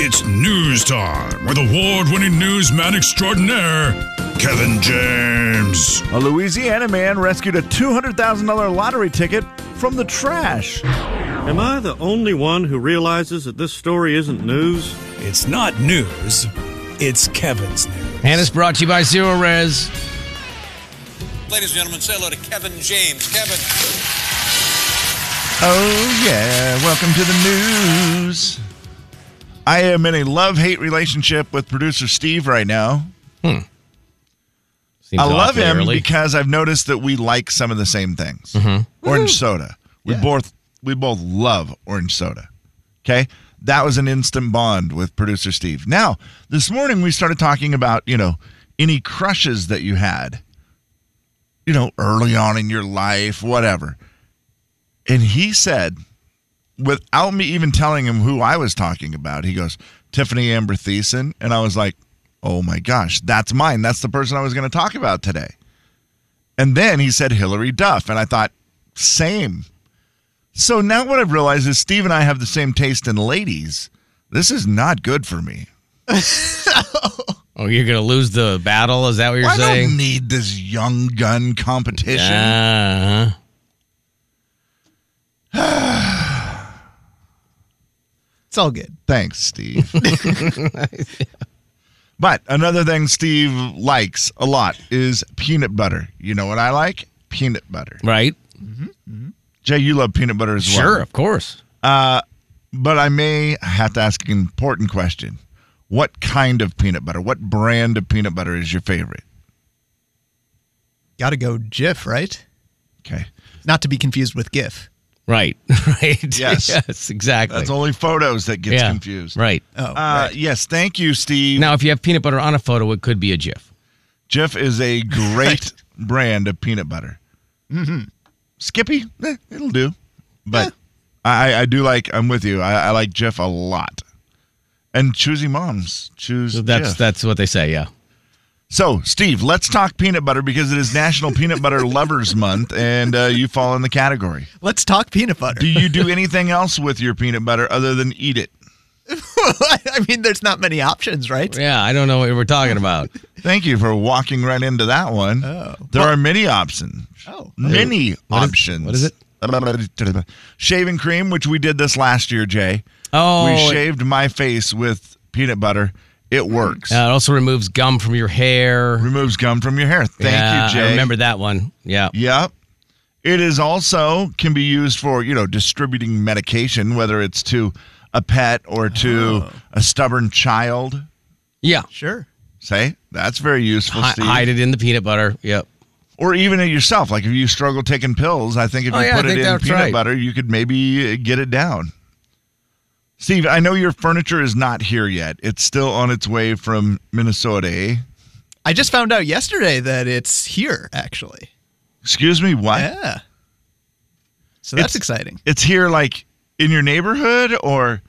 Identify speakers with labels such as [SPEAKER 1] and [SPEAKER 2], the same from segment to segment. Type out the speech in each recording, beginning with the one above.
[SPEAKER 1] It's news time with award winning newsman extraordinaire, Kevin James.
[SPEAKER 2] A Louisiana man rescued a $200,000 lottery ticket from the trash.
[SPEAKER 3] Am I the only one who realizes that this story isn't news?
[SPEAKER 4] It's not news, it's Kevin's news.
[SPEAKER 5] And it's brought to you by Zero Res.
[SPEAKER 6] Ladies and gentlemen, say hello to Kevin James. Kevin.
[SPEAKER 2] Oh, yeah. Welcome to the news. I am in a love hate relationship with producer Steve right now.
[SPEAKER 5] Seems
[SPEAKER 2] I love
[SPEAKER 5] awfully
[SPEAKER 2] him
[SPEAKER 5] early.
[SPEAKER 2] because I've noticed that we like some of the same things.
[SPEAKER 5] Mm-hmm.
[SPEAKER 2] Orange soda. We both we both love orange soda. Okay? That was an instant bond with producer Steve. Now, this morning we started talking about, you know, any crushes that you had. You know, early on in your life, whatever. And he said without me even telling him who I was talking about, he goes, Tiffany Amber Thiessen. And I was like, oh my gosh, that's mine. That's the person I was going to talk about today. And then he said Hillary Duff. And I thought, same. So now what I've realized is Steve and I have the same taste in ladies. This is not good for me.
[SPEAKER 5] Oh, you're going to lose the battle? Is that what you're
[SPEAKER 2] I
[SPEAKER 5] saying?
[SPEAKER 2] don't need this young gun competition.
[SPEAKER 5] Uh-huh.
[SPEAKER 7] It's all good.
[SPEAKER 2] Thanks, Steve. but another thing Steve likes a lot is peanut butter. You know what I like? Peanut butter.
[SPEAKER 5] Right?
[SPEAKER 2] Jay, you love peanut butter as well.
[SPEAKER 5] Sure, of course.
[SPEAKER 2] But I may have to ask an important question. What kind of peanut butter? What brand of peanut butter is your favorite?
[SPEAKER 7] Gotta go GIF, right?
[SPEAKER 2] Okay.
[SPEAKER 7] Not to be confused with GIF.
[SPEAKER 5] Right. Right.
[SPEAKER 2] Yes.
[SPEAKER 5] yes, exactly.
[SPEAKER 2] That's only photos that gets
[SPEAKER 5] yeah.
[SPEAKER 2] confused.
[SPEAKER 5] Right.
[SPEAKER 7] Oh,
[SPEAKER 2] Uh, yes, thank you, Steve.
[SPEAKER 5] Now, if you have peanut butter on a photo, it could be a GIF.
[SPEAKER 2] Jif is a great brand of peanut butter. Mm-hmm. Skippy, eh, it'll do. But I, I do like. I'm with you. I, I like Jif a lot. And choosy moms choose.
[SPEAKER 5] So that's
[SPEAKER 2] Jif.
[SPEAKER 5] that's what they say, yeah.
[SPEAKER 2] So, Steve, let's talk peanut butter because it is National Peanut Butter Lovers Month, and uh, you fall in the category.
[SPEAKER 7] Let's talk peanut butter.
[SPEAKER 2] Do you do anything else with your peanut butter other than eat it?
[SPEAKER 7] I mean, there's not many options, right?
[SPEAKER 5] Yeah, I don't know what we're talking about.
[SPEAKER 2] Thank you for walking right into that one.
[SPEAKER 7] Oh.
[SPEAKER 2] There are many options.
[SPEAKER 7] Oh.
[SPEAKER 2] Many options.
[SPEAKER 5] what is
[SPEAKER 2] it? Shaving cream, which we did this last year, Jay.
[SPEAKER 5] Oh,
[SPEAKER 2] we
[SPEAKER 5] it-
[SPEAKER 2] shaved my face with peanut butter. It works.
[SPEAKER 5] Uh, it also removes gum from your hair.
[SPEAKER 2] Removes gum from your hair. Thank
[SPEAKER 5] Yeah,
[SPEAKER 2] you, Jay.
[SPEAKER 5] I remember that one. Yeah.
[SPEAKER 2] Yep. It is also can be used for, you know, distributing medication, whether it's to a pet or to
[SPEAKER 5] Oh.
[SPEAKER 2] a stubborn child.
[SPEAKER 5] Yeah.
[SPEAKER 7] Sure.
[SPEAKER 2] Say, that's very useful,
[SPEAKER 5] Hi-
[SPEAKER 2] Steve.
[SPEAKER 5] hide it in the peanut butter. Yep.
[SPEAKER 2] or even at yourself. Like if you struggle taking pills, I think if
[SPEAKER 5] Oh,
[SPEAKER 2] you
[SPEAKER 5] yeah, I
[SPEAKER 2] put it
[SPEAKER 5] think
[SPEAKER 2] in
[SPEAKER 5] that's
[SPEAKER 2] peanut
[SPEAKER 5] right.
[SPEAKER 2] butter, you could maybe uh, get it down. Steve, I know your furniture is not here yet. It's still on its way from Minnesota. eh?
[SPEAKER 7] I just found out yesterday that it's here, actually.
[SPEAKER 2] Excuse me, what?
[SPEAKER 7] Yeah. So that's
[SPEAKER 2] It's-
[SPEAKER 7] exciting.
[SPEAKER 2] It's here, like in your neighborhood, or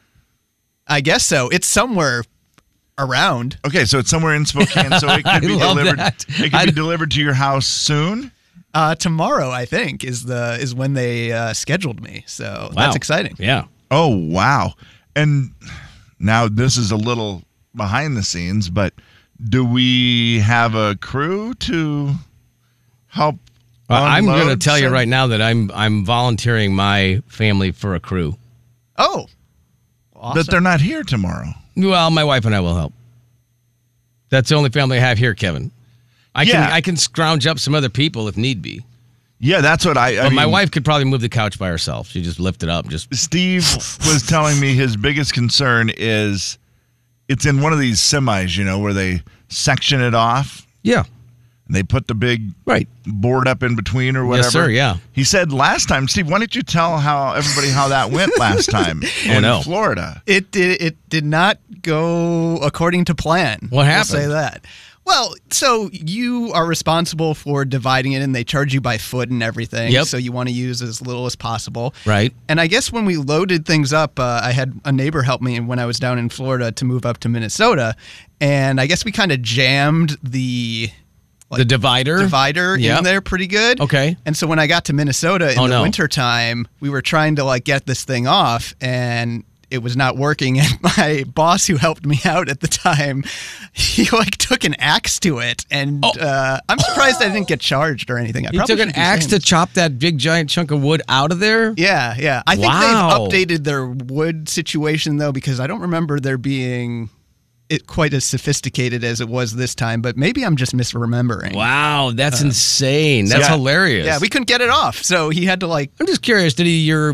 [SPEAKER 7] I guess so. It's somewhere around.
[SPEAKER 2] okay, so it's somewhere in Spokane, so it could be
[SPEAKER 5] love
[SPEAKER 2] delivered.
[SPEAKER 5] that.
[SPEAKER 2] It could
[SPEAKER 5] I
[SPEAKER 2] be
[SPEAKER 5] don't-
[SPEAKER 2] delivered to your house soon.
[SPEAKER 7] Uh, tomorrow, I think, is the is when they uh, scheduled me. So
[SPEAKER 5] Wow.
[SPEAKER 7] that's exciting.
[SPEAKER 5] Yeah.
[SPEAKER 2] Oh wow! And now this is a little behind the scenes, but do we have a crew to help?
[SPEAKER 5] Well, I'm going to
[SPEAKER 2] unload
[SPEAKER 5] tell you
[SPEAKER 2] some-
[SPEAKER 5] right now that I'm I'm volunteering my family for a crew.
[SPEAKER 7] Oh,
[SPEAKER 2] that they're not here tomorrow.
[SPEAKER 5] Well, my wife and I will help. That's the only family I have here, Kevin. I
[SPEAKER 2] Yeah.
[SPEAKER 5] can I can scrounge up some other people if need be.
[SPEAKER 2] Yeah, that's what I. I
[SPEAKER 5] But my
[SPEAKER 2] mean,
[SPEAKER 5] wife could probably move the couch by herself. She just lift it up, and just
[SPEAKER 2] Steve was telling me his biggest concern is it's in one of these semis, you know, where they section it off
[SPEAKER 5] yeah,
[SPEAKER 2] and they put the big
[SPEAKER 5] right.
[SPEAKER 2] board up in between or whatever.
[SPEAKER 5] Yes, sir, yeah.
[SPEAKER 2] He said last time, Steve, why don't you tell how everybody how that went last time in
[SPEAKER 5] no.
[SPEAKER 2] Florida?
[SPEAKER 7] It did. It did not go according to plan.
[SPEAKER 5] What
[SPEAKER 7] We'll
[SPEAKER 5] happened?
[SPEAKER 7] say that. Well, so you are responsible for dividing it, and they charge you by foot and everything.
[SPEAKER 5] Yep.
[SPEAKER 7] So you want to use as little as possible.
[SPEAKER 5] Right.
[SPEAKER 7] And I guess when we loaded things up, uh, I had a neighbor help me when I was down in Florida to move up to Minnesota, and I guess we kind of jammed the
[SPEAKER 5] the divider,
[SPEAKER 7] divider
[SPEAKER 5] Yep.
[SPEAKER 7] in there pretty good.
[SPEAKER 5] Okay.
[SPEAKER 7] And so when I got to Minnesota in
[SPEAKER 5] Oh,
[SPEAKER 7] the
[SPEAKER 5] no.
[SPEAKER 7] wintertime, we were trying to like get this thing off and it was not working and my boss who helped me out at the time he like took an axe to it and uh, i'm surprised i didn't get charged or anything I
[SPEAKER 5] He
[SPEAKER 7] probably
[SPEAKER 5] Oh. took an
[SPEAKER 7] should be
[SPEAKER 5] axe to
[SPEAKER 7] shamed.
[SPEAKER 5] chop that big giant chunk of wood out of there.
[SPEAKER 7] yeah yeah i think
[SPEAKER 5] Wow.
[SPEAKER 7] they've updated their wood situation though because i don't remember there being it quite as sophisticated as it was this time but maybe i'm just misremembering
[SPEAKER 5] Wow, that's insane. That's
[SPEAKER 2] Yeah.
[SPEAKER 5] hilarious.
[SPEAKER 7] Uh, yeah we couldn't get it off so he had to like
[SPEAKER 5] I'm just curious. Did he, your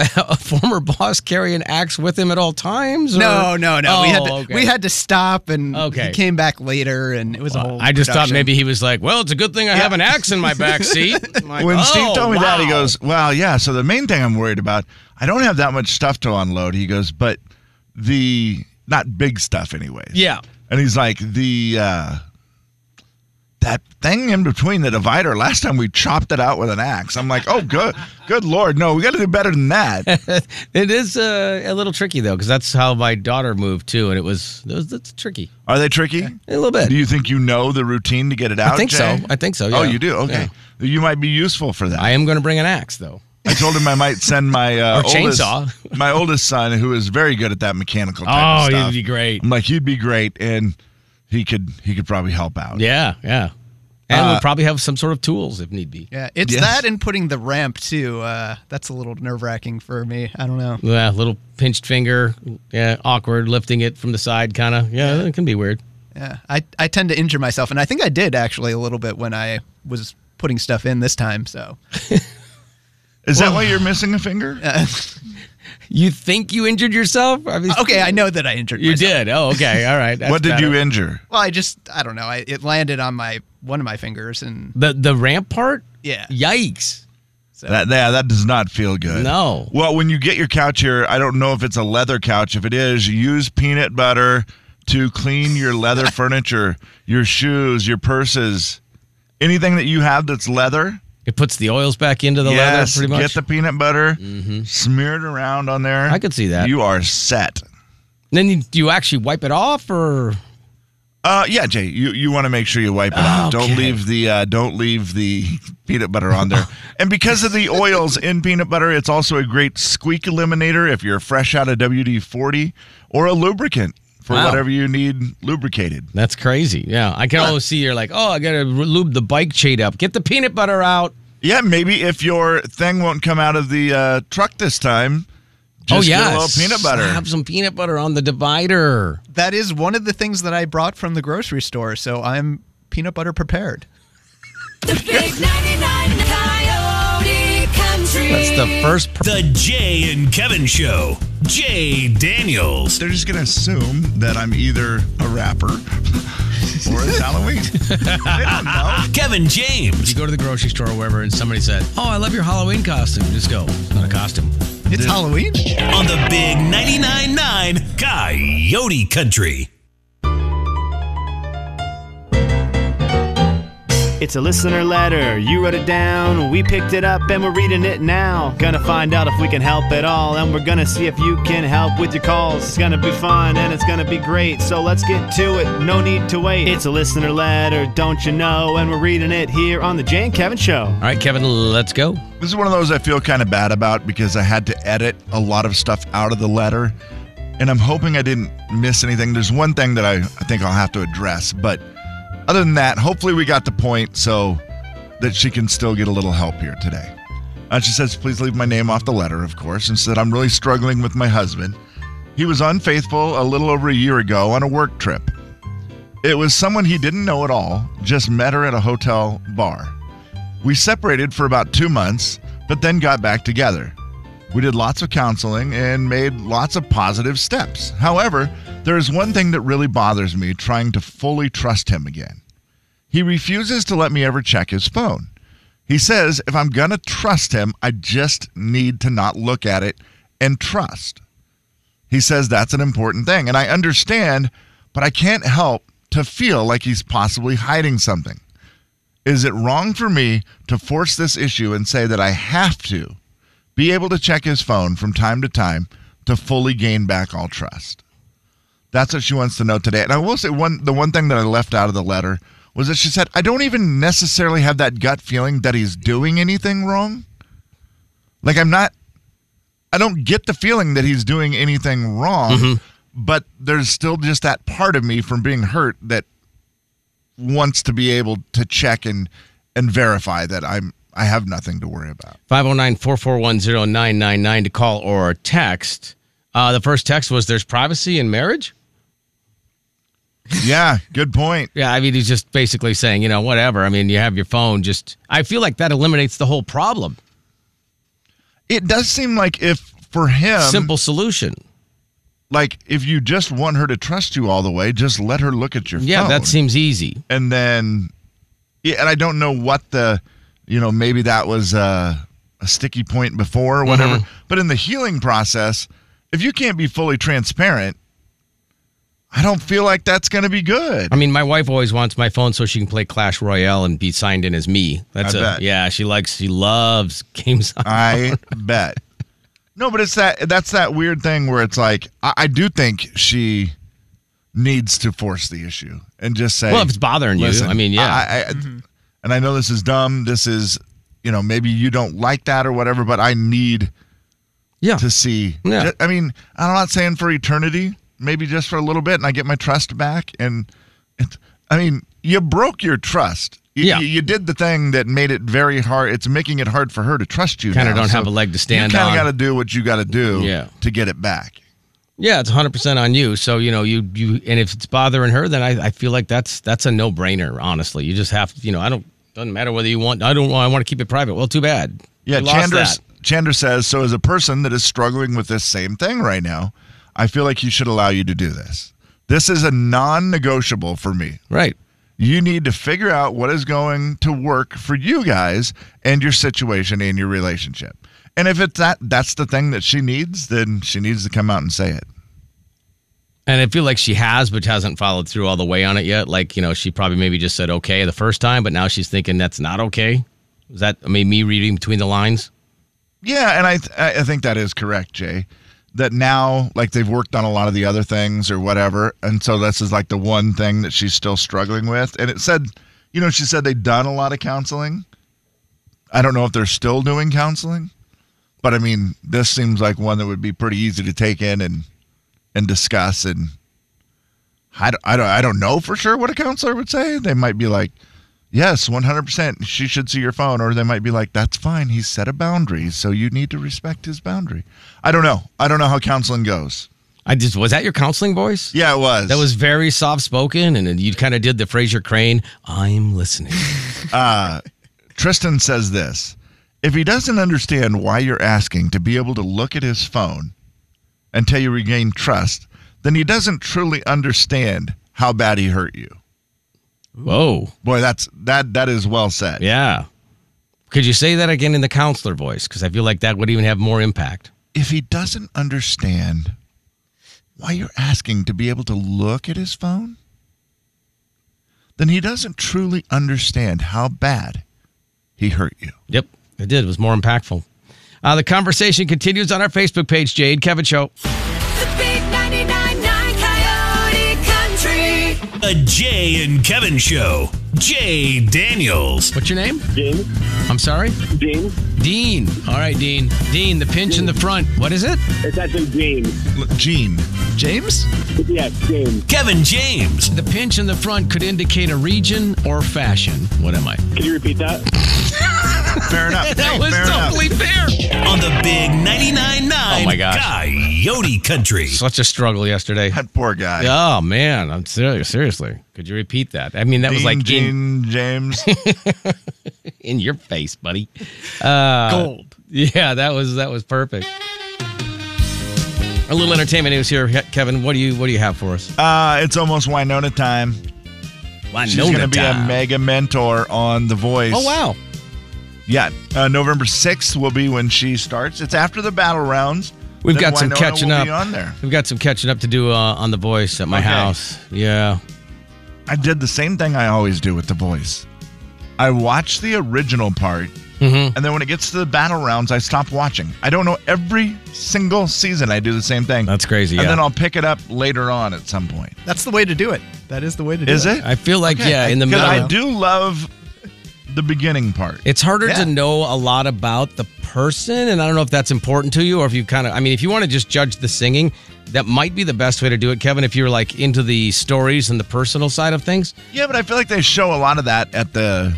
[SPEAKER 5] former boss carry an axe with him at all times? or-
[SPEAKER 7] No, no, no. we
[SPEAKER 5] Oh,
[SPEAKER 7] had to,
[SPEAKER 5] okay.
[SPEAKER 7] we had to stop, and
[SPEAKER 5] Okay.
[SPEAKER 7] he came back later, and it was a whole.
[SPEAKER 5] I just thought
[SPEAKER 7] production.
[SPEAKER 5] maybe he was like, "Well, it's a good thing I have an axe in my back seat." I'm like,
[SPEAKER 2] when
[SPEAKER 5] "Oh,
[SPEAKER 2] Steve told me that, he
[SPEAKER 5] wow."
[SPEAKER 2] goes, "Well, yeah. So the main thing I'm worried about, I don't have that much stuff to unload." He goes, "But the not big stuff, anyways."
[SPEAKER 5] "Yeah,
[SPEAKER 2] And he's like, "The uh, that thing in between the divider. Last time we chopped it out with an axe." I'm like, "Oh, good, good lord, no, we got to do better than that."
[SPEAKER 5] it is uh, a little tricky though, because that's how my daughter moved too, and it was it was that's tricky
[SPEAKER 2] Are they tricky?
[SPEAKER 5] a little bit."
[SPEAKER 2] Do you think you know the routine to get it out?
[SPEAKER 5] I think so.
[SPEAKER 2] Jay?
[SPEAKER 5] I think so.
[SPEAKER 2] Oh,
[SPEAKER 5] yeah.
[SPEAKER 2] you do. Okay, you might be useful for that.
[SPEAKER 5] I am going to bring an axe though.
[SPEAKER 2] I told him I might send my uh,
[SPEAKER 5] Or chainsaw.
[SPEAKER 2] Oldest, my oldest son, who is very good at that mechanical type of
[SPEAKER 5] Oh, he'd
[SPEAKER 2] stuff.
[SPEAKER 5] be great.
[SPEAKER 2] I'm like, he'd be great, and he could he could probably help out.
[SPEAKER 5] Yeah, yeah. And
[SPEAKER 2] Uh,
[SPEAKER 5] we'll probably have some sort of tools if need be.
[SPEAKER 7] Yeah, it's
[SPEAKER 2] Yes.
[SPEAKER 7] that and putting the ramp too. Uh, that's a little nerve wracking for me. I don't know.
[SPEAKER 5] Yeah, little pinched finger. Yeah, awkward lifting it from the side, kind of. Yeah, it can be weird.
[SPEAKER 7] Yeah, I I tend to injure myself, and I think I did actually a little bit when I was putting stuff in this time. So
[SPEAKER 2] Is that why you're missing a finger?
[SPEAKER 5] You think you injured yourself? I mean,
[SPEAKER 7] okay, I know that I injured.
[SPEAKER 5] You
[SPEAKER 7] myself.
[SPEAKER 5] did. Oh, okay. All right. That's
[SPEAKER 2] what did you
[SPEAKER 5] better.
[SPEAKER 2] injure?
[SPEAKER 7] Well, I just I don't know. I, it landed on my one of my fingers, and
[SPEAKER 5] The the ramp part?
[SPEAKER 7] Yeah.
[SPEAKER 5] Yikes.
[SPEAKER 2] That yeah, that does not feel good.
[SPEAKER 5] No.
[SPEAKER 2] Well, when you get your couch here, I don't know if it's a leather couch. If it is, use peanut butter to clean your leather furniture, your shoes, your purses, anything that you have that's leather.
[SPEAKER 5] It puts the oils back into the
[SPEAKER 2] yes,
[SPEAKER 5] leather, pretty much.
[SPEAKER 2] get
[SPEAKER 5] Mm-hmm.
[SPEAKER 2] the peanut butter, smear it around on there.
[SPEAKER 5] I could see that.
[SPEAKER 2] You are set.
[SPEAKER 5] then you, do you actually wipe it off, or
[SPEAKER 2] Uh, yeah, Jay, you, you want to make sure you wipe it off. Don't
[SPEAKER 5] Okay.
[SPEAKER 2] leave the uh, don't leave the peanut butter on there. and because of the oils in peanut butter, it's also a great squeak eliminator if you're fresh out of WD forty or a lubricant for
[SPEAKER 5] Wow.
[SPEAKER 2] whatever you need lubricated.
[SPEAKER 5] that's crazy. Yeah, I can always see you're like, oh, I gotta re- lube the bike chain up. Get the peanut butter out.
[SPEAKER 2] Yeah, maybe if your thing won't come out of the uh, truck this time, just
[SPEAKER 5] oh yeah,
[SPEAKER 2] get a little peanut butter.
[SPEAKER 5] Have some peanut butter on the divider.
[SPEAKER 7] that is one of the things that I brought from the grocery store. So I'm peanut butter prepared.
[SPEAKER 8] The big 99 Coyote Country.
[SPEAKER 5] That's the first. Pr-
[SPEAKER 4] The Jay and Kevin Show. Jay Daniels.
[SPEAKER 2] They're just gonna assume that I'm either a rapper or it's Halloween. they don't know.
[SPEAKER 4] Kevin James.
[SPEAKER 5] you go to the grocery store or wherever, and somebody said, "Oh, I love your Halloween costume." Just go. It's not a costume.
[SPEAKER 7] It's Halloween.
[SPEAKER 4] on the big 99.9 9 Coyote Country.
[SPEAKER 9] It's a listener letter. You wrote it down. We picked it up and we're reading it now. Gonna find out if we can help at all. And we're gonna see if you can help with your calls. It's gonna be fun and it's gonna be great. So let's get to it. No need to wait. It's a listener letter, don't you know? And we're reading it here on The Jay and Kevin Show.
[SPEAKER 5] All right, Kevin, let's go.
[SPEAKER 2] This is one of those I feel kind of bad about because I had to edit a lot of stuff out of the letter. And I'm hoping I didn't miss anything. There's one thing that I, I think I'll have to address. But other than that, hopefully we got the point so that she can still get a little help here today. Uh, she says, please leave my name off the letter, of course, and said, I'm really struggling with my husband. He was unfaithful a little over a year ago on a work trip. It was someone he didn't know at all, just met her at a hotel bar. We separated for about two months, but then got back together. We did lots of counseling and made lots of positive steps. However, there is one thing that really bothers me trying to fully trust him again. He refuses to let me ever check his phone. He says if I'm going to trust him, I just need to not look at it and trust. He says that's an important thing, and I understand, but I can't help to feel like he's possibly hiding something. Is it wrong for me to force this issue and say that I have to be able to check his phone from time to time to fully gain back all trust? That's what she wants to know today. And I will say one the one thing that I left out of the letter was that she said, I don't even necessarily have that gut feeling that he's doing anything wrong. Like I'm not I don't get the feeling that he's doing anything wrong, but there's still just that part of me from being hurt that wants to be able to check and and verify that I'm I have nothing to worry about.
[SPEAKER 5] 509-441-0999 to call or text. Uh, the first text was there's privacy in marriage.
[SPEAKER 2] Yeah, good point.
[SPEAKER 5] Yeah, I mean he's just basically saying, you know, whatever. I mean, you have your phone just I feel like that eliminates the whole problem.
[SPEAKER 2] It does seem like if for him
[SPEAKER 5] Simple solution.
[SPEAKER 2] like if you just want her to trust you all the way, just let her look at your
[SPEAKER 5] Yeah,
[SPEAKER 2] phone.
[SPEAKER 5] that seems easy.
[SPEAKER 2] and then yeah, and I don't know what the you know maybe that was a, a sticky point before or whatever.
[SPEAKER 5] Mm-hmm.
[SPEAKER 2] But in the healing process, if you can't be fully transparent, I don't feel like that's going to be good.
[SPEAKER 5] I mean, my wife always wants my phone so she can play Clash Royale and be signed in as me. That's
[SPEAKER 2] I
[SPEAKER 5] a
[SPEAKER 2] bet.
[SPEAKER 5] yeah. She likes she loves games. on-
[SPEAKER 2] I bet. No, but it's that that's that weird thing where it's like I, I do think she needs to force the issue and just say,
[SPEAKER 5] well, if it's bothering you,
[SPEAKER 2] Listen,
[SPEAKER 5] I mean, yeah.
[SPEAKER 2] I, I, And I know this is dumb. This is, you know, maybe you don't like that or whatever, but I need
[SPEAKER 5] yeah.
[SPEAKER 2] to see.
[SPEAKER 5] Yeah.
[SPEAKER 2] Ju- I mean, I'm not saying for eternity, maybe just for a little bit, and I get my trust back. And it, I mean, you broke your trust. You,
[SPEAKER 5] Yeah.
[SPEAKER 2] you, you did the thing that made it very hard. It's making it hard for her to trust you.
[SPEAKER 5] Kinda
[SPEAKER 2] now,
[SPEAKER 5] don't
[SPEAKER 2] so
[SPEAKER 5] have a leg to stand
[SPEAKER 2] You
[SPEAKER 5] on.
[SPEAKER 2] got to do what you got to do
[SPEAKER 5] Yeah.
[SPEAKER 2] to get it back.
[SPEAKER 5] Yeah, it's 100% on you. So, you know, you you and if it's bothering her, then I, I feel like that's that's a no-brainer, honestly. You just have, you know, I don't doesn't matter whether you want I don't I want to keep it private. Well, too bad.
[SPEAKER 2] Yeah,
[SPEAKER 5] You lost
[SPEAKER 2] Chandra,
[SPEAKER 5] that.
[SPEAKER 2] Chandra says so. As a person that is struggling with this same thing right now, I feel like you should allow you to do this. This is a non negotiable for me.
[SPEAKER 5] Right.
[SPEAKER 2] You need to figure out what is going to work for you guys and your situation and your relationship. And if it's that, that's the thing that she needs, then she needs to come out and say it.
[SPEAKER 5] And I feel like she has, but hasn't followed through all the way on it yet. Like, you know, she probably maybe just said okay the first time, but now she's thinking that's not okay. Is that, I mean, me reading between the lines?
[SPEAKER 2] Yeah, and I th- I I think that is correct, Jay. That now, like they've worked on a lot of the other things or whatever, and so this is like the one thing that she's still struggling with. And it said, you know, she said they'd done a lot of counseling. I don't know if they're still doing counseling, but I mean, this seems like one that would be pretty easy to take in and and discuss. And I don't, I don't, I don't know for sure what a counselor would say. They might be like, Yes, 100%. She should see your phone. Or they might be like, that's fine. He set a boundary. So you need to respect his boundary. I don't know. I don't know how counseling goes.
[SPEAKER 5] I just, was that your counseling voice?
[SPEAKER 2] Yeah, it was.
[SPEAKER 5] That was very soft spoken. And then you kind of did the Fraser Crane, I'm listening.
[SPEAKER 2] Tristan says this If he doesn't understand why you're asking to be able to look at his phone until you regain trust, then he doesn't truly understand how bad he hurt you.
[SPEAKER 5] Whoa.
[SPEAKER 2] Boy, that's that that is well said.
[SPEAKER 5] Yeah. Could you say that again in the counselor voice? Because I feel like that would even have more impact.
[SPEAKER 2] if he doesn't understand why you're asking to be able to look at his phone, then he doesn't truly understand how bad he hurt you.
[SPEAKER 5] Yep, it did. It was more impactful. Uh, the conversation continues on our Facebook page, Jade Kevin Show.
[SPEAKER 8] The big 999 Coyote Country.
[SPEAKER 4] The Jay and Kevin Show. Jay Daniels.
[SPEAKER 5] What's your name? Dean. I'm sorry? Dean. Dean. All right, Dean. Dean, the pinch in the front. What is it?
[SPEAKER 2] Gene,
[SPEAKER 5] James?
[SPEAKER 4] Kevin James.
[SPEAKER 5] The pinch in the front could indicate a region or fashion. What am I?
[SPEAKER 2] fair enough.
[SPEAKER 5] That
[SPEAKER 2] Hey,
[SPEAKER 5] was
[SPEAKER 2] fair enough.
[SPEAKER 5] totally fair.
[SPEAKER 4] On the big 99.9
[SPEAKER 5] Oh my gosh.
[SPEAKER 4] Coyote Country.
[SPEAKER 5] Such a struggle yesterday.
[SPEAKER 2] That poor guy.
[SPEAKER 5] Oh, man. I'm serious. Seriously. Could you repeat that? I mean, that was
[SPEAKER 2] Dean,
[SPEAKER 5] like in-
[SPEAKER 2] Gene James.
[SPEAKER 5] in your face, buddy. Gold. Yeah, that was that was perfect. A little entertainment news here, Ke- Kevin. What do you what do you have for us?
[SPEAKER 2] uh, it's almost Winona time. She's
[SPEAKER 5] Winona
[SPEAKER 2] gonna be
[SPEAKER 5] time.
[SPEAKER 2] a mega mentor on The Voice.
[SPEAKER 5] Oh wow!
[SPEAKER 2] Yeah, uh, November sixth will be when she starts. It's after the battle rounds.
[SPEAKER 5] We've
[SPEAKER 2] Then
[SPEAKER 5] got some
[SPEAKER 2] Winona
[SPEAKER 5] catching
[SPEAKER 2] will
[SPEAKER 5] up.
[SPEAKER 2] Be on there.
[SPEAKER 5] We've got some catching up to do uh, on the voice at my
[SPEAKER 2] Okay.
[SPEAKER 5] house. Yeah,
[SPEAKER 2] I did the same thing I always do with The Voice. I watch the original part,
[SPEAKER 5] Mm-hmm.
[SPEAKER 2] and then when it gets to the battle rounds, I stop watching. I don't know every single season. I do the same thing.
[SPEAKER 5] that's crazy.
[SPEAKER 2] And
[SPEAKER 5] yeah.
[SPEAKER 2] then I'll pick it up later on at some point.
[SPEAKER 7] That's the way to do it. That is the way to do
[SPEAKER 2] Is
[SPEAKER 7] it.
[SPEAKER 2] it?
[SPEAKER 5] I feel like yeah, in the middle.
[SPEAKER 2] Because I do love the beginning part.
[SPEAKER 5] It's harder
[SPEAKER 7] Yeah.
[SPEAKER 5] to know a lot about the person, and I don't know if that's important to you or if you kind of, I mean, if you want to just judge the singing, that might be the best way to do it, Kevin, if you're like into the stories and the personal side of things.
[SPEAKER 2] Yeah, but I feel like they show a lot of that at the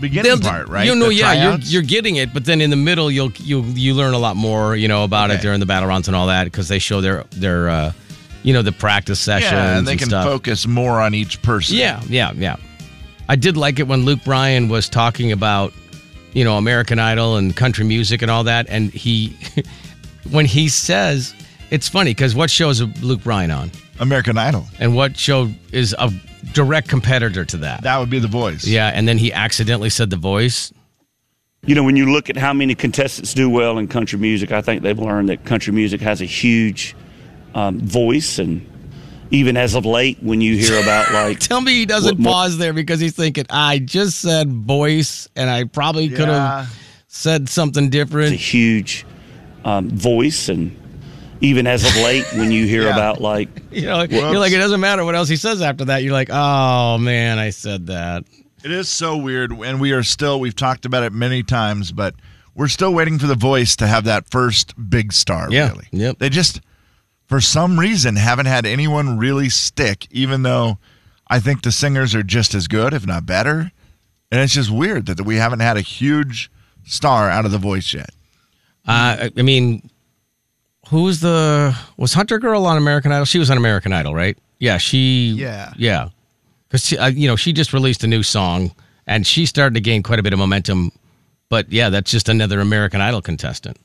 [SPEAKER 2] beginning
[SPEAKER 5] They'll-
[SPEAKER 2] part, right?
[SPEAKER 5] You know,
[SPEAKER 2] The
[SPEAKER 5] yeah,
[SPEAKER 2] tryouts.
[SPEAKER 5] you're, you're getting it, but then in the middle, you'll you you learn a lot more, you know, about it
[SPEAKER 2] Okay.
[SPEAKER 5] during the battle rounds and all that because they show their their, uh, you know, the practice sessions
[SPEAKER 2] yeah, and they can
[SPEAKER 5] stuff.
[SPEAKER 2] focus more on each person.
[SPEAKER 5] Yeah, yeah, yeah. I did like it when Luke Bryan was talking about, you know, American Idol and country music and all that. And he, when he says, it's funny because what show is Luke Bryan on?
[SPEAKER 2] American Idol.
[SPEAKER 5] And what show is a direct competitor to that?
[SPEAKER 2] That would be the voice.
[SPEAKER 5] yeah, and then he accidentally said The Voice.
[SPEAKER 10] You know, when you look at how many contestants do well in country music, I think they've learned that country music has a huge um, voice. And even as of late, when you hear about like
[SPEAKER 5] Tell me he doesn't
[SPEAKER 10] What more-
[SPEAKER 5] pause there because he's thinking, I just said voice and I probably could
[SPEAKER 2] Yeah.
[SPEAKER 5] have said something
[SPEAKER 10] a
[SPEAKER 5] different.
[SPEAKER 10] huge um, voice, and even as of late, when you hear
[SPEAKER 2] Yeah.
[SPEAKER 10] about like
[SPEAKER 5] You know, you're like, it doesn't matter what else he says after that. You're like, oh man, I said that.
[SPEAKER 2] It is so weird, and we are still. We've talked about it many times, but we're still waiting for the voice to have that first big star.
[SPEAKER 5] Yeah,
[SPEAKER 2] Really.
[SPEAKER 5] yep.
[SPEAKER 2] They just, for some reason, haven't had anyone really stick. Even though, I think the singers are just as good, if not better. And it's just weird that we haven't had a huge star out of the voice yet.
[SPEAKER 5] Uh, I- I mean, who's the was Hunter Girl on American Idol? She was on American Idol, right? Yeah, she.
[SPEAKER 7] Yeah.
[SPEAKER 5] yeah. Because uh, you know she just released a new song and she started to gain quite a bit of momentum, but yeah, that's just another American Idol contestant.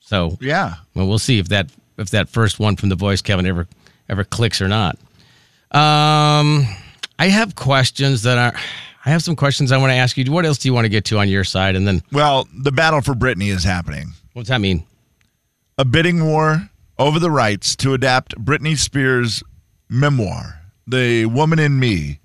[SPEAKER 5] So
[SPEAKER 2] Yeah.
[SPEAKER 5] well, we'll see if that if that first one from the voice Kevin ever ever clicks or not. Um, I have questions that are. I have some questions I want to ask you. What else do you want to get to on your side? And then
[SPEAKER 2] Well, the battle for Britney is happening.
[SPEAKER 5] what's that mean?
[SPEAKER 2] a bidding war over the rights to adapt Britney Spears' memoir, The Woman in Me,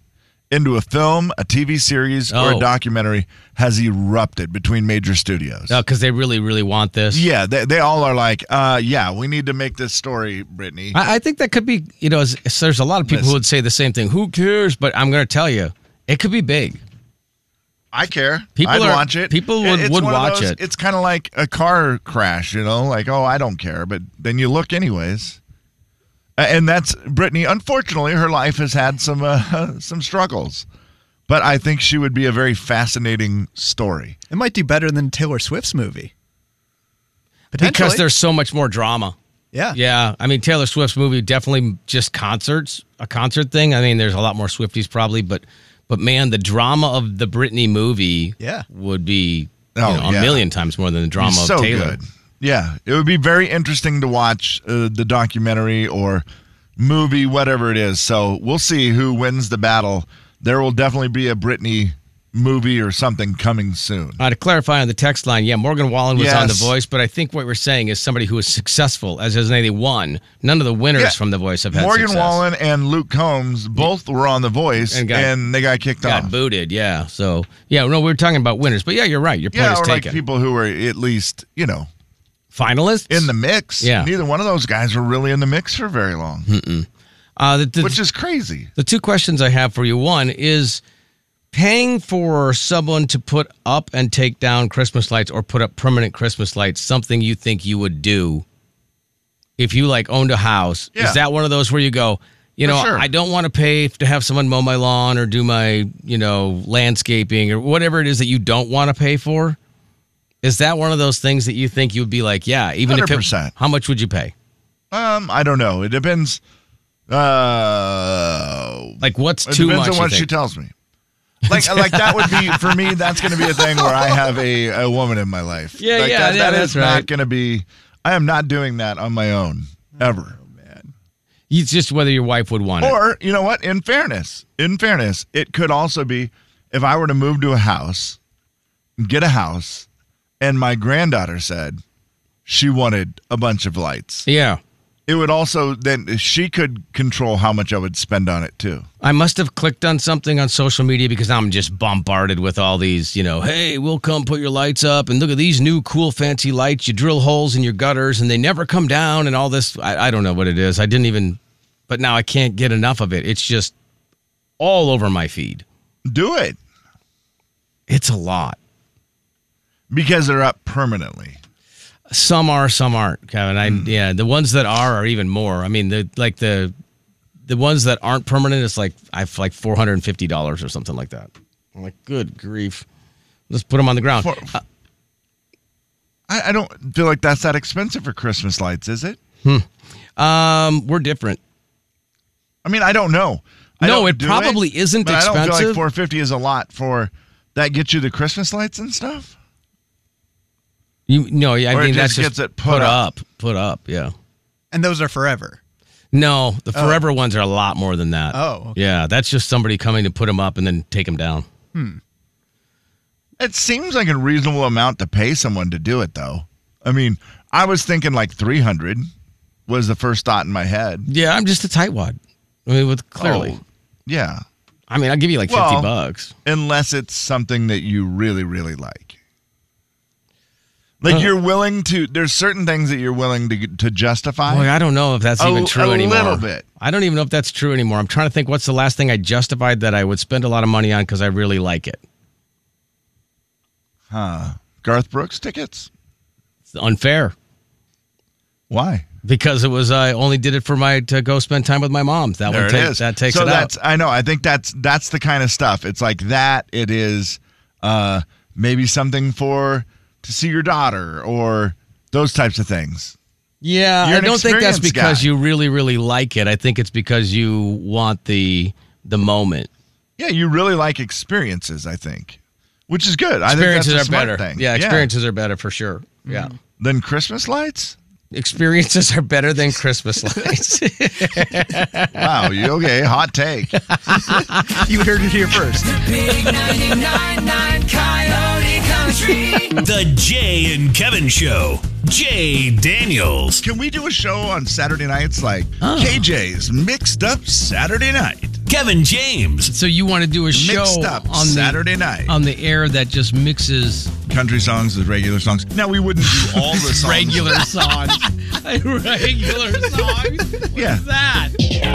[SPEAKER 2] into a film, a TV series, or
[SPEAKER 5] Oh.
[SPEAKER 2] a documentary has erupted between major studios.
[SPEAKER 5] Because Uh, they really, really want this.
[SPEAKER 2] Yeah, they, they all are like, uh, yeah, we need to make this story, Britney.
[SPEAKER 5] I, I think that could be, you know, as, as there's a lot of people
[SPEAKER 2] Listen.
[SPEAKER 5] who would say the same thing. Who cares? But I'm going to tell you, it could be big.
[SPEAKER 2] I care.
[SPEAKER 5] People
[SPEAKER 2] I'd
[SPEAKER 5] are-
[SPEAKER 2] watch it.
[SPEAKER 5] people would-
[SPEAKER 2] it's
[SPEAKER 5] would
[SPEAKER 2] one of
[SPEAKER 5] watch
[SPEAKER 2] those-
[SPEAKER 5] it.
[SPEAKER 2] It's kind of like a car crash, you know, like, oh, I don't care. But then you look anyways. A- And that's Brittany. Unfortunately, her life has had some uh, some struggles, but I think she would be a very fascinating story.
[SPEAKER 7] It might do better than Taylor Swift's movie.
[SPEAKER 5] Because
[SPEAKER 7] Potentially.
[SPEAKER 5] there's so much more drama.
[SPEAKER 7] yeah.
[SPEAKER 5] Yeah. I mean, Taylor Swift's movie definitely just concerts, a concert thing. I mean, there's a lot more Swifties probably, but but man, the drama of the Britney movie
[SPEAKER 7] Yeah.
[SPEAKER 5] would be you
[SPEAKER 2] Oh,
[SPEAKER 5] know, a
[SPEAKER 2] yeah.
[SPEAKER 5] million times more than the drama
[SPEAKER 2] She's so
[SPEAKER 5] of Taylor.
[SPEAKER 2] good. Yeah, it would be very interesting to watch uh, the documentary or movie, whatever it is. So we'll see who wins the battle. There will definitely be a Britney movie or something coming soon.
[SPEAKER 5] Uh, to clarify on the text line, yeah, Morgan Wallen was on The
[SPEAKER 2] Yes.
[SPEAKER 5] Voice, but I think what we're saying is somebody who is successful, as is they won. None of the winners
[SPEAKER 2] Yeah.
[SPEAKER 5] from The Voice have had
[SPEAKER 2] Morgan
[SPEAKER 5] success.
[SPEAKER 2] Wallen and Luke Combs both were on The Voice, and,
[SPEAKER 5] And got-
[SPEAKER 2] they got kicked
[SPEAKER 5] got
[SPEAKER 2] off.
[SPEAKER 5] booted. Yeah. So yeah, no, we were talking about winners, but yeah, you're right. Your point
[SPEAKER 2] yeah,
[SPEAKER 5] is
[SPEAKER 2] or like
[SPEAKER 5] taken.
[SPEAKER 2] people who were at least you know
[SPEAKER 5] Finalists
[SPEAKER 2] in the mix.
[SPEAKER 5] Yeah. Hmm.
[SPEAKER 2] neither one of those guys were really in the mix for very long,
[SPEAKER 5] uh, the, the,
[SPEAKER 2] which is crazy.
[SPEAKER 5] the two questions I have for you. One is paying for someone to put up and take down Christmas lights or put up permanent Christmas lights. Something you think you would do if you like owned a house.
[SPEAKER 2] Yeah.
[SPEAKER 5] Is that one of those where you go? You
[SPEAKER 2] For
[SPEAKER 5] know,
[SPEAKER 2] sure.
[SPEAKER 5] I don't want to pay to have someone mow my lawn or do my, you know, landscaping or whatever it is that you don't want to pay for. Is that one of those things that you think you'd be like, yeah, even if it,
[SPEAKER 2] 100%.
[SPEAKER 5] how much would you pay?
[SPEAKER 2] Um, I don't know. It depends. Uh,
[SPEAKER 5] Like, what's
[SPEAKER 2] it
[SPEAKER 5] too
[SPEAKER 2] depends
[SPEAKER 5] much?
[SPEAKER 2] on
[SPEAKER 5] you
[SPEAKER 2] what she
[SPEAKER 5] think?
[SPEAKER 2] tells me. Like, like that would be for me. That's going to be a thing where I have a, a woman in my life.
[SPEAKER 5] Yeah,
[SPEAKER 2] like
[SPEAKER 5] yeah,
[SPEAKER 2] that,
[SPEAKER 5] yeah,
[SPEAKER 2] that
[SPEAKER 5] that's
[SPEAKER 2] is
[SPEAKER 5] right.
[SPEAKER 2] not going to be. I am not doing that on my own ever.
[SPEAKER 5] Oh, it's just whether your wife would want it.
[SPEAKER 2] Or you know what? In fairness, in fairness, it could also be if I were to move to a house, get a house, and my granddaughter said she wanted a bunch of lights.
[SPEAKER 5] Yeah.
[SPEAKER 2] It would also then she could control how much I would spend on it too.
[SPEAKER 5] I must have clicked on something on social media because I'm just bombarded with all these, you know, hey, we'll come put your lights up and look at these new cool fancy lights. You drill holes in your gutters and they never come down and all this. I, I don't know what it is. I didn't even, but now I can't get enough of it. It's just all over my feed.
[SPEAKER 2] Do it.
[SPEAKER 5] It's a lot.
[SPEAKER 2] because they're up permanently.
[SPEAKER 5] Some are, some aren't, Kevin. I
[SPEAKER 2] Hmm.
[SPEAKER 5] yeah, the ones that are are even more. I mean, the like the the ones that aren't permanent is like I have like four hundred and fifty dollars or something like that. I'm like, good grief, let's put them on the ground.
[SPEAKER 2] For-
[SPEAKER 5] Uh,
[SPEAKER 2] I, I don't feel like that's that expensive for Christmas lights, is it?
[SPEAKER 5] um, we're different.
[SPEAKER 2] I mean, I don't know. I
[SPEAKER 5] No,
[SPEAKER 2] don't
[SPEAKER 5] it
[SPEAKER 2] do
[SPEAKER 5] probably isn't
[SPEAKER 2] but I don't feel
[SPEAKER 5] expensive.
[SPEAKER 2] like 450 is a lot for that gets you the Christmas lights and stuff.
[SPEAKER 5] You no, yeah, I
[SPEAKER 2] Or it
[SPEAKER 5] mean that's
[SPEAKER 2] just
[SPEAKER 5] just
[SPEAKER 2] gets it put up.
[SPEAKER 5] put up, yeah.
[SPEAKER 7] And those are forever.
[SPEAKER 5] No, the
[SPEAKER 2] Oh.
[SPEAKER 5] forever ones are a lot more than that.
[SPEAKER 7] Oh, okay.
[SPEAKER 5] yeah, that's just somebody coming to put them up and then take them down.
[SPEAKER 2] It seems like a reasonable amount to pay someone to do it, though. I mean, I was thinking like 300 was the first thought in my head.
[SPEAKER 5] Yeah, I'm just a tightwad. I mean, with clearly,
[SPEAKER 2] Oh, yeah.
[SPEAKER 5] I mean, I'll give you like fifty
[SPEAKER 2] Well-
[SPEAKER 5] bucks.
[SPEAKER 2] Unless it's something that you really, really like. Like you're willing to, there's certain things that you're willing to to justify.
[SPEAKER 5] Boy, I don't know if that's
[SPEAKER 2] A-
[SPEAKER 5] even true
[SPEAKER 2] a
[SPEAKER 5] anymore.
[SPEAKER 2] little bit.
[SPEAKER 5] I don't even know if that's true anymore. I'm trying to think what's the last thing I justified that I would spend a lot of money on because I really like it.
[SPEAKER 2] Garth Brooks tickets.
[SPEAKER 5] It's unfair
[SPEAKER 2] Why?
[SPEAKER 5] because it was I only did it for my to go spend time with my mom. That
[SPEAKER 2] There
[SPEAKER 5] one
[SPEAKER 2] it
[SPEAKER 5] take,
[SPEAKER 2] is.
[SPEAKER 5] that takes
[SPEAKER 2] so
[SPEAKER 5] it out.
[SPEAKER 2] that's I know. I think that's that's the kind of stuff. It's like that. It is uh, maybe something for to see your daughter or those types of things.
[SPEAKER 5] Yeah,
[SPEAKER 2] You're
[SPEAKER 5] I
[SPEAKER 2] an
[SPEAKER 5] don't think that's
[SPEAKER 2] experienced
[SPEAKER 5] because
[SPEAKER 2] guy.
[SPEAKER 5] you really, really like it. I think it's because you want the the moment.
[SPEAKER 2] Yeah, you really like experiences. I think, which is good. I think that's
[SPEAKER 5] Experiences
[SPEAKER 2] a
[SPEAKER 5] are
[SPEAKER 2] smart
[SPEAKER 5] better.
[SPEAKER 2] Thing.
[SPEAKER 5] Yeah, experiences are better for sure. Yeah.
[SPEAKER 2] Then Christmas lights.
[SPEAKER 5] Experiences are better than Christmas lights.
[SPEAKER 2] Wow. You okay? Hot take.
[SPEAKER 7] You heard it here first.
[SPEAKER 8] Big 99.9 Coyote Country.
[SPEAKER 4] The Jay and Kevin Show. Jay Daniels.
[SPEAKER 2] Can we do a show on Saturday nights like KJ's Mixed Up Saturday Night?
[SPEAKER 4] Kevin James.
[SPEAKER 5] so you want to do a show
[SPEAKER 2] Mixed Up
[SPEAKER 5] on
[SPEAKER 2] Saturday Night.
[SPEAKER 5] the, Uh. on the air that just mixes
[SPEAKER 2] Country songs with regular songs. Now we wouldn't do all the songs.
[SPEAKER 5] regular songs. regular songs? What's
[SPEAKER 2] Yeah.
[SPEAKER 5] that?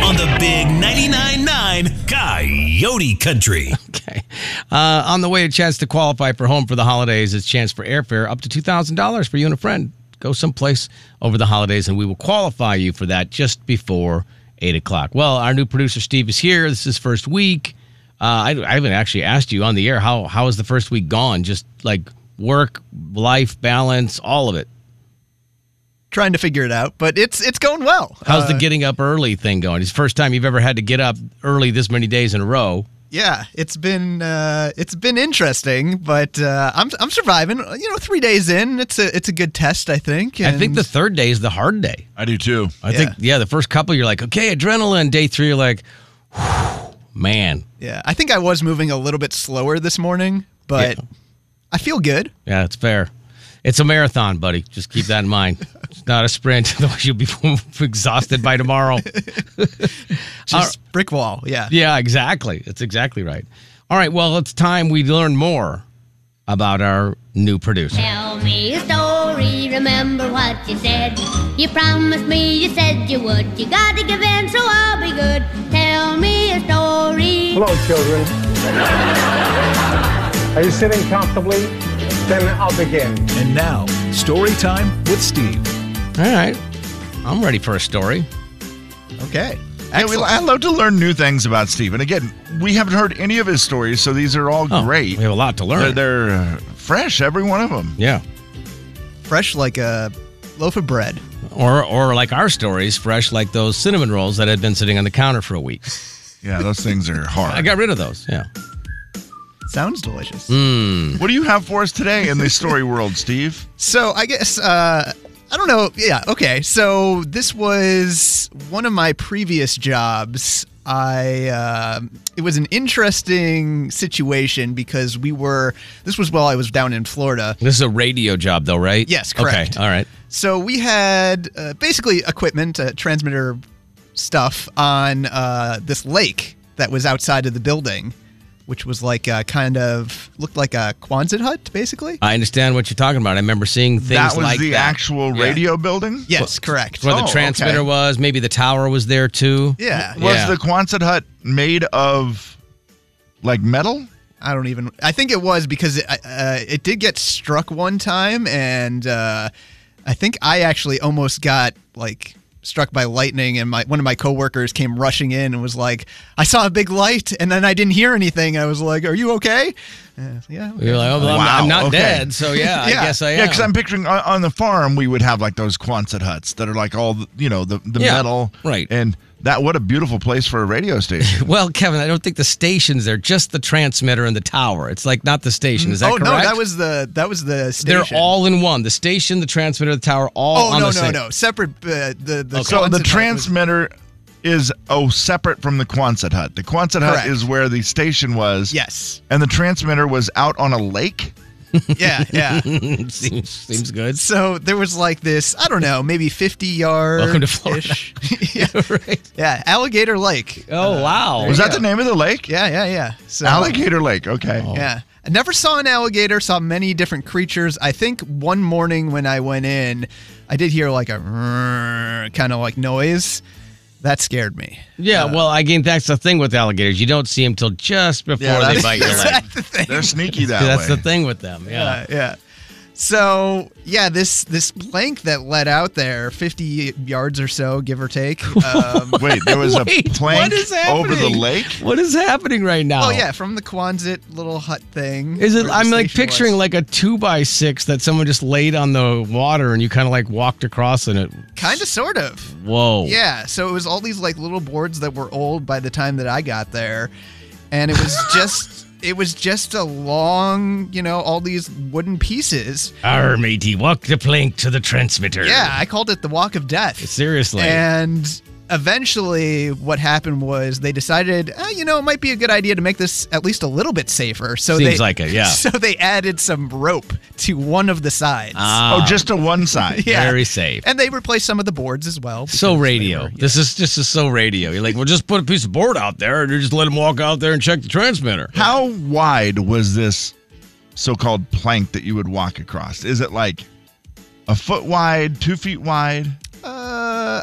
[SPEAKER 4] On the big 99.9 Coyote Country.
[SPEAKER 5] Okay. Uh, on the way, a chance to qualify for home for the holidays is chance for airfare up to $2,000 for you and a friend. Go someplace over the holidays, and we will qualify you for that just before 8 o'clock. Well, our new producer, Steve, is here. This is his first week. Uh, I, I haven't actually asked you on the air how how has the first week gone? Just like work, life, balance, all of it.
[SPEAKER 7] Trying to figure it out, but it's it's going well.
[SPEAKER 5] How's
[SPEAKER 7] Uh,
[SPEAKER 5] the getting up early thing going? It's the first time you've ever had to get up early this many days in a row.
[SPEAKER 7] Yeah, it's been uh, it's been interesting, but uh, I'm I'm surviving. You know, three days in, it's a it's a good test, I think.
[SPEAKER 5] I think
[SPEAKER 7] and-
[SPEAKER 5] the third day is the hard day.
[SPEAKER 2] I do too.
[SPEAKER 5] I think yeah, the first couple you're like, okay, adrenaline. Day three, you're like, whew, man,
[SPEAKER 7] yeah, I think I was moving a little bit slower this morning, but
[SPEAKER 5] Yeah.
[SPEAKER 7] I feel good.
[SPEAKER 5] yeah, it's fair. It's a marathon, buddy. Just keep that in mind. It's not a sprint. Otherwise, you'll be exhausted by tomorrow.
[SPEAKER 7] Just brick wall. Yeah.
[SPEAKER 5] Uh, Yeah, exactly. That's exactly right. All right. Well, it's time we learn more about our new producer.
[SPEAKER 11] Tell me a story, remember what you said. You promised me, you said you would. You gotta give in, so I'll be good. Tell me a story.
[SPEAKER 12] Hello, children. Are you sitting comfortably? Then I'll begin.
[SPEAKER 4] And now, story time with Steve.
[SPEAKER 5] All right. I'm ready for a story.
[SPEAKER 7] Okay.
[SPEAKER 2] Yeah, we, I love to learn new things about Steve. And again, we haven't heard any of his stories, so these are all
[SPEAKER 5] Oh,
[SPEAKER 2] great.
[SPEAKER 5] We have a lot to
[SPEAKER 2] They're,
[SPEAKER 5] learn.
[SPEAKER 2] they're, uh, fresh, every one of them.
[SPEAKER 5] Yeah.
[SPEAKER 7] Fresh like a loaf of bread.
[SPEAKER 5] Or, or like our stories, fresh like those cinnamon rolls that had been sitting on the counter for a week.
[SPEAKER 2] Yeah, those things are hard.
[SPEAKER 5] I got rid of those. Yeah.
[SPEAKER 7] Sounds delicious.
[SPEAKER 5] Mm.
[SPEAKER 2] what do you have for us today in the story world, Steve?
[SPEAKER 7] So I guess uh, I don't know. Yeah, okay. So this was one of my previous jobs. I uh, it was an interesting situation because we were. This was while I was down in Florida.
[SPEAKER 5] This is a radio job, though, right?
[SPEAKER 7] Yes, correct.
[SPEAKER 5] Okay, all right.
[SPEAKER 7] So we had uh, basically equipment, uh, transmitter stuff on uh, this lake that was outside of the building, which was like a kind of looked like a Quonset hut, basically.
[SPEAKER 5] I understand what you're talking about. I remember seeing things
[SPEAKER 2] that was
[SPEAKER 5] like
[SPEAKER 2] the
[SPEAKER 5] that.
[SPEAKER 2] actual
[SPEAKER 5] Yeah.
[SPEAKER 2] radio building?
[SPEAKER 7] Yes, correct.
[SPEAKER 5] where
[SPEAKER 2] Oh,
[SPEAKER 5] the
[SPEAKER 2] okay.
[SPEAKER 5] transmitter was. Maybe the tower was there too.
[SPEAKER 7] Yeah.
[SPEAKER 2] Was
[SPEAKER 5] Yeah.
[SPEAKER 2] the Quonset hut made of like metal?
[SPEAKER 7] I don't even. I think it was because it, uh, it did get struck one time, and uh, I think I actually almost got like struck by lightning, and my one of my coworkers came rushing in and was like, "I saw a big light," and then I didn't hear anything. I was like, "Are you okay?" Uh, yeah. okay.
[SPEAKER 5] You're like, oh, well, I'm- I'm not dead, so yeah, I guess I
[SPEAKER 2] Yeah,
[SPEAKER 5] am.
[SPEAKER 2] because I'm picturing on, on the farm we would have like those Quonset huts that are like all the, you know the the
[SPEAKER 5] Yeah,
[SPEAKER 2] metal,
[SPEAKER 5] right?
[SPEAKER 2] And that what a beautiful place for a radio station.
[SPEAKER 5] Well, Kevin, I don't think the station's there, just the transmitter and the tower. It's like not the station. Is that
[SPEAKER 7] oh
[SPEAKER 5] correct?
[SPEAKER 7] no, that was the that was the station.
[SPEAKER 5] They're all in one. The station, the transmitter, the tower, all
[SPEAKER 7] oh
[SPEAKER 5] on
[SPEAKER 7] no
[SPEAKER 5] the
[SPEAKER 7] no
[SPEAKER 5] same. Oh,
[SPEAKER 7] no separate uh, the the
[SPEAKER 2] So the
[SPEAKER 7] Quonset hut was-
[SPEAKER 2] transmitter is oh separate from the Quonset hut. The Quonset hut
[SPEAKER 7] Correct.
[SPEAKER 2] is where the station was.
[SPEAKER 7] Yes.
[SPEAKER 2] And the transmitter was out on a lake.
[SPEAKER 7] yeah, yeah.
[SPEAKER 5] seems, seems good.
[SPEAKER 7] So there was like this, I don't know, maybe 50 yard.
[SPEAKER 2] Welcome to
[SPEAKER 7] Florida. yeah. yeah, Alligator Lake.
[SPEAKER 5] Oh, wow.
[SPEAKER 2] Was that the name of the lake?
[SPEAKER 7] Yeah, Oh. yeah, yeah. So,
[SPEAKER 2] Alligator Lake. Okay.
[SPEAKER 7] Yeah. I never saw an alligator, saw many different creatures. I think one morning when I went in, I did hear like a kind of like noise. That scared me.
[SPEAKER 5] Yeah, well, I mean, that's the thing with alligators. You don't see them till just before they
[SPEAKER 7] that's-
[SPEAKER 5] bite your leg.
[SPEAKER 7] that's the thing.
[SPEAKER 2] They're sneaky that
[SPEAKER 5] that's
[SPEAKER 2] way.
[SPEAKER 5] the thing with them. Yeah.
[SPEAKER 7] yeah, yeah. So yeah, this this plank that led out there, fifty yards or so, give or take. Um,
[SPEAKER 2] Wait, there was
[SPEAKER 5] Wait,
[SPEAKER 2] a plank
[SPEAKER 5] what is
[SPEAKER 2] over the
[SPEAKER 5] happening?
[SPEAKER 2] lake.
[SPEAKER 5] What is happening right now?
[SPEAKER 7] oh yeah, from the Quonset little hut thing.
[SPEAKER 5] Is
[SPEAKER 7] where
[SPEAKER 5] it?
[SPEAKER 7] the
[SPEAKER 5] I'm like
[SPEAKER 7] station was.
[SPEAKER 5] picturing like a two by six that someone just laid on the water and you kind of like walked across in it.
[SPEAKER 7] kind of, sort of.
[SPEAKER 5] Whoa.
[SPEAKER 7] Yeah. So it was all these like little boards that were old by the time that I got there, and it was just it was just a long, you know, all these wooden pieces.
[SPEAKER 5] Our matey, walk the plank to the transmitter.
[SPEAKER 7] Yeah, I called it the walk of death.
[SPEAKER 5] Seriously.
[SPEAKER 7] And eventually, what happened was they decided, eh, you know, it might be a good idea to make this at least a little bit safer. So
[SPEAKER 5] Seems
[SPEAKER 7] they,
[SPEAKER 5] like it, yeah.
[SPEAKER 7] So they added some rope to one of the sides.
[SPEAKER 5] Ah.
[SPEAKER 2] oh, just to one side.
[SPEAKER 7] Yeah.
[SPEAKER 5] Very safe.
[SPEAKER 7] and they replaced some of the boards as well.
[SPEAKER 5] So radio. This is just is so radio. You're like, well, just put a piece of board out there and you just let him walk out there and check the transmitter.
[SPEAKER 2] How wide was this so-called plank that you would walk across? Is it like a foot wide, two feet wide,
[SPEAKER 7] Uh,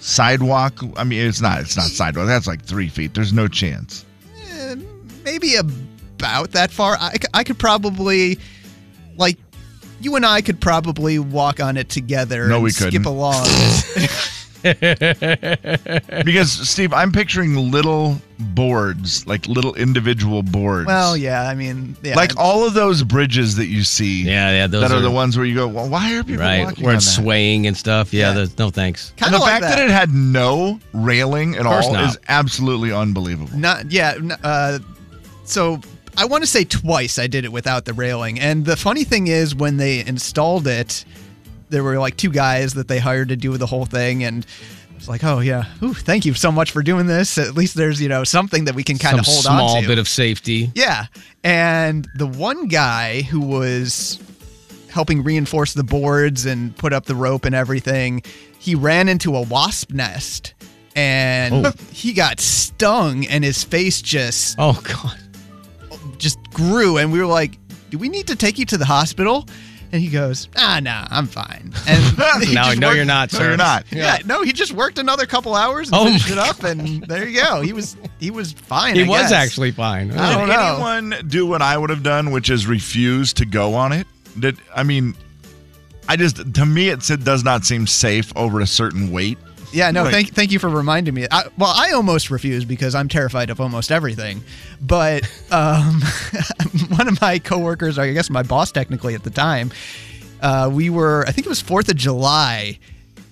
[SPEAKER 2] sidewalk? I mean, it's not. It's not sidewalk. That's like three feet. There's no chance.
[SPEAKER 7] eh, maybe about that far. I, c- I could probably, like, you and I could probably walk on it together.
[SPEAKER 2] No,
[SPEAKER 7] and
[SPEAKER 2] we
[SPEAKER 7] Skip
[SPEAKER 2] couldn't.
[SPEAKER 7] along.
[SPEAKER 2] Because Steve, I'm picturing little boards, like little individual boards.
[SPEAKER 7] well, yeah. I mean, yeah.
[SPEAKER 2] Like all of those bridges that you see.
[SPEAKER 5] Yeah, yeah, those
[SPEAKER 2] that are,
[SPEAKER 5] are-
[SPEAKER 2] the ones where you go, well, why are people
[SPEAKER 5] Right.
[SPEAKER 2] walking
[SPEAKER 5] Where
[SPEAKER 2] on
[SPEAKER 5] it's
[SPEAKER 2] that?
[SPEAKER 5] swaying and stuff. Yeah, there's no thanks.
[SPEAKER 7] Kinda
[SPEAKER 2] the
[SPEAKER 7] like
[SPEAKER 2] fact that.
[SPEAKER 7] that.
[SPEAKER 2] it had no railing at
[SPEAKER 5] Of course
[SPEAKER 2] all
[SPEAKER 5] not.
[SPEAKER 2] is absolutely unbelievable.
[SPEAKER 7] Not yeah. n- Uh, so I want to say twice I did it without the railing. And the funny thing is, when they installed it, there were like two guys that they hired to do the whole thing, and it's like, oh yeah, Ooh, thank you so much for doing this. At least there's you know something that we can kind
[SPEAKER 5] Some
[SPEAKER 7] of hold on to.
[SPEAKER 5] small bit of safety.
[SPEAKER 7] Yeah. And the one guy who was helping reinforce the boards and put up the rope and everything, he ran into a wasp nest and
[SPEAKER 5] Oh.
[SPEAKER 7] he got stung and his face just
[SPEAKER 5] Oh God.
[SPEAKER 7] just grew and we were like, "Do we need to take you to the hospital?" And he goes, "Ah, no, I'm fine." And he
[SPEAKER 5] No,
[SPEAKER 7] just
[SPEAKER 5] no,
[SPEAKER 7] worked-
[SPEAKER 5] you're not,
[SPEAKER 2] No,
[SPEAKER 5] sir.
[SPEAKER 2] you're not.
[SPEAKER 7] Yeah. no, he just worked another couple hours and
[SPEAKER 5] Oh
[SPEAKER 7] finished
[SPEAKER 5] my
[SPEAKER 7] it up, and there you go. He was he was fine.
[SPEAKER 5] He
[SPEAKER 7] I
[SPEAKER 5] was
[SPEAKER 7] guess.
[SPEAKER 5] actually fine.
[SPEAKER 7] I don't
[SPEAKER 2] Did
[SPEAKER 7] know.
[SPEAKER 2] anyone do what I would have done, which is refuse to go on it? Did I mean? I just to me it said does not seem safe over a certain weight.
[SPEAKER 7] Yeah, no,
[SPEAKER 2] Like-
[SPEAKER 7] thank thank you for reminding me. I, well, I almost refused because I'm terrified of almost everything. But um, one of my coworkers, or I guess my boss technically at the time, uh, we were, I think it was 4th of July.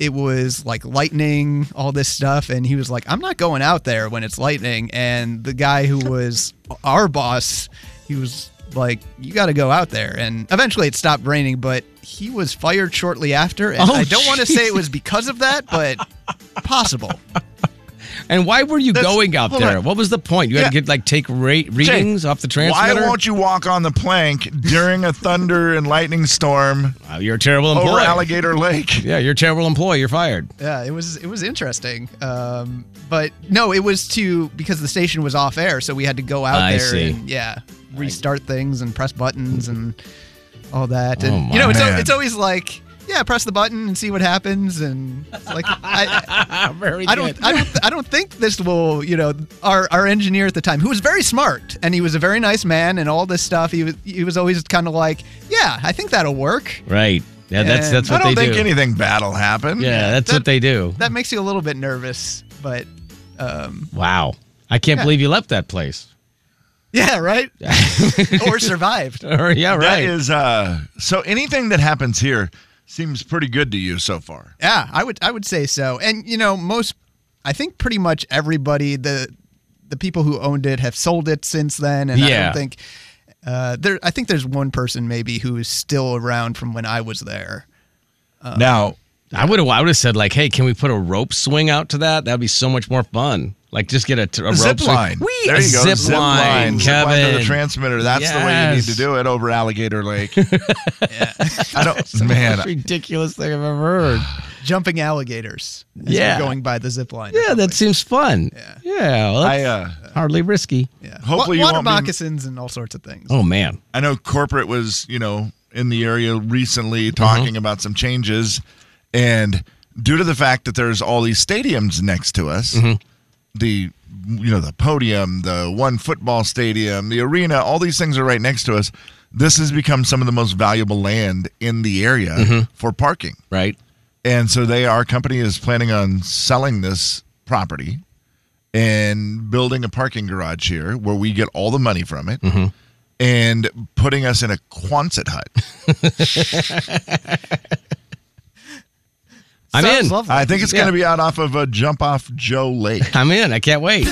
[SPEAKER 7] It was like lightning, all this stuff. And he was like, I'm not going out there when it's lightning. And the guy who was our boss, he was like, You got to go out there. And eventually it stopped raining, but he was fired shortly after. And
[SPEAKER 5] Oh,
[SPEAKER 7] I don't want to say it
[SPEAKER 5] Jesus.
[SPEAKER 7] was because of that, but possible.
[SPEAKER 5] And why were you
[SPEAKER 2] That's-
[SPEAKER 5] going out
[SPEAKER 2] hold
[SPEAKER 5] there?
[SPEAKER 2] on.
[SPEAKER 5] What was the point? You had to
[SPEAKER 2] Yeah.
[SPEAKER 5] get like take rate readings off the
[SPEAKER 2] Why
[SPEAKER 5] transmitter.
[SPEAKER 2] won't you walk on the plank during a thunder and lightning storm
[SPEAKER 5] Wow, you're a terrible
[SPEAKER 2] over
[SPEAKER 5] employee.
[SPEAKER 2] Alligator Lake?
[SPEAKER 5] yeah, you're a terrible employee. You're fired.
[SPEAKER 7] Yeah, it was it was interesting. Um, but no, it was to because the station was off air, so we had to go out
[SPEAKER 5] I
[SPEAKER 7] there
[SPEAKER 5] see.
[SPEAKER 7] and yeah, restart things and press buttons and all that.
[SPEAKER 5] Oh,
[SPEAKER 7] And
[SPEAKER 5] my
[SPEAKER 7] you know, it's al-
[SPEAKER 2] man.
[SPEAKER 7] it's always like yeah, press the button and see what happens. And it's like, I,
[SPEAKER 5] Very
[SPEAKER 7] I don't,
[SPEAKER 5] good.
[SPEAKER 7] I don't, I don't think this will, you know, our our engineer at the time, who was very smart and he was a very nice man and all this stuff. He was, he was always kind of like, yeah, I think that'll work.
[SPEAKER 5] Right. Yeah, that's
[SPEAKER 7] And
[SPEAKER 5] that's what
[SPEAKER 7] I don't
[SPEAKER 5] they
[SPEAKER 7] think
[SPEAKER 5] do.
[SPEAKER 2] anything bad will happen.
[SPEAKER 5] Yeah, that's
[SPEAKER 7] That-
[SPEAKER 5] what they do.
[SPEAKER 7] That makes you a little bit nervous, but, um,
[SPEAKER 5] Wow. I can't
[SPEAKER 7] Yeah.
[SPEAKER 5] believe you left that place.
[SPEAKER 7] yeah, right. or survived.
[SPEAKER 5] yeah,
[SPEAKER 2] That
[SPEAKER 5] right.
[SPEAKER 2] is uh so anything that happens here seems pretty good to you so far.
[SPEAKER 7] Yeah, I would I would say so. And you know, most I think pretty much everybody the the people who owned it have sold it since then, and I
[SPEAKER 5] Yeah.
[SPEAKER 7] don't think uh, there. I think there's one person maybe who is still around from when I was there.
[SPEAKER 2] now,
[SPEAKER 5] I would have I would have said like, "Hey, can we put a rope swing out to that? That'd be so much more fun." Like just get a, t- a rope
[SPEAKER 2] zip
[SPEAKER 5] swing.
[SPEAKER 2] line.
[SPEAKER 5] Whee!
[SPEAKER 2] there
[SPEAKER 5] a
[SPEAKER 2] you go.
[SPEAKER 5] Zip, line,
[SPEAKER 2] Zip
[SPEAKER 5] Kevin.
[SPEAKER 2] line to the transmitter. That's the way you need to
[SPEAKER 5] Yes.
[SPEAKER 2] do it over Alligator Lake. I don't, man.
[SPEAKER 5] Most ridiculous thing I've ever heard.
[SPEAKER 7] Jumping alligators. as we're
[SPEAKER 5] Yeah.
[SPEAKER 7] going by the zip line.
[SPEAKER 5] Yeah, that seems fun. Yeah, well,
[SPEAKER 2] I, uh,
[SPEAKER 5] that's hardly risky.
[SPEAKER 7] Yeah.
[SPEAKER 2] Hopefully you
[SPEAKER 7] Wa- water
[SPEAKER 2] won't be-
[SPEAKER 7] moccasins and all sorts of things.
[SPEAKER 5] Oh man,
[SPEAKER 2] I know corporate was, you know, in the area recently talking about some changes, and due to the fact that there's all these stadiums next to us, the you know the podium, the one football stadium, the arena, all these things are right next to us. This has become some of the most valuable land in the area for parking.
[SPEAKER 5] Right.
[SPEAKER 2] And so they our company is planning on selling this property and building a parking garage here where we get all the money from it and putting us in a Quonset hut.
[SPEAKER 5] I'm
[SPEAKER 2] Sounds
[SPEAKER 5] in.
[SPEAKER 2] I think it's going
[SPEAKER 5] Yeah.
[SPEAKER 2] to be out off of a jump off Joe Lake.
[SPEAKER 5] I'm in. I can't wait.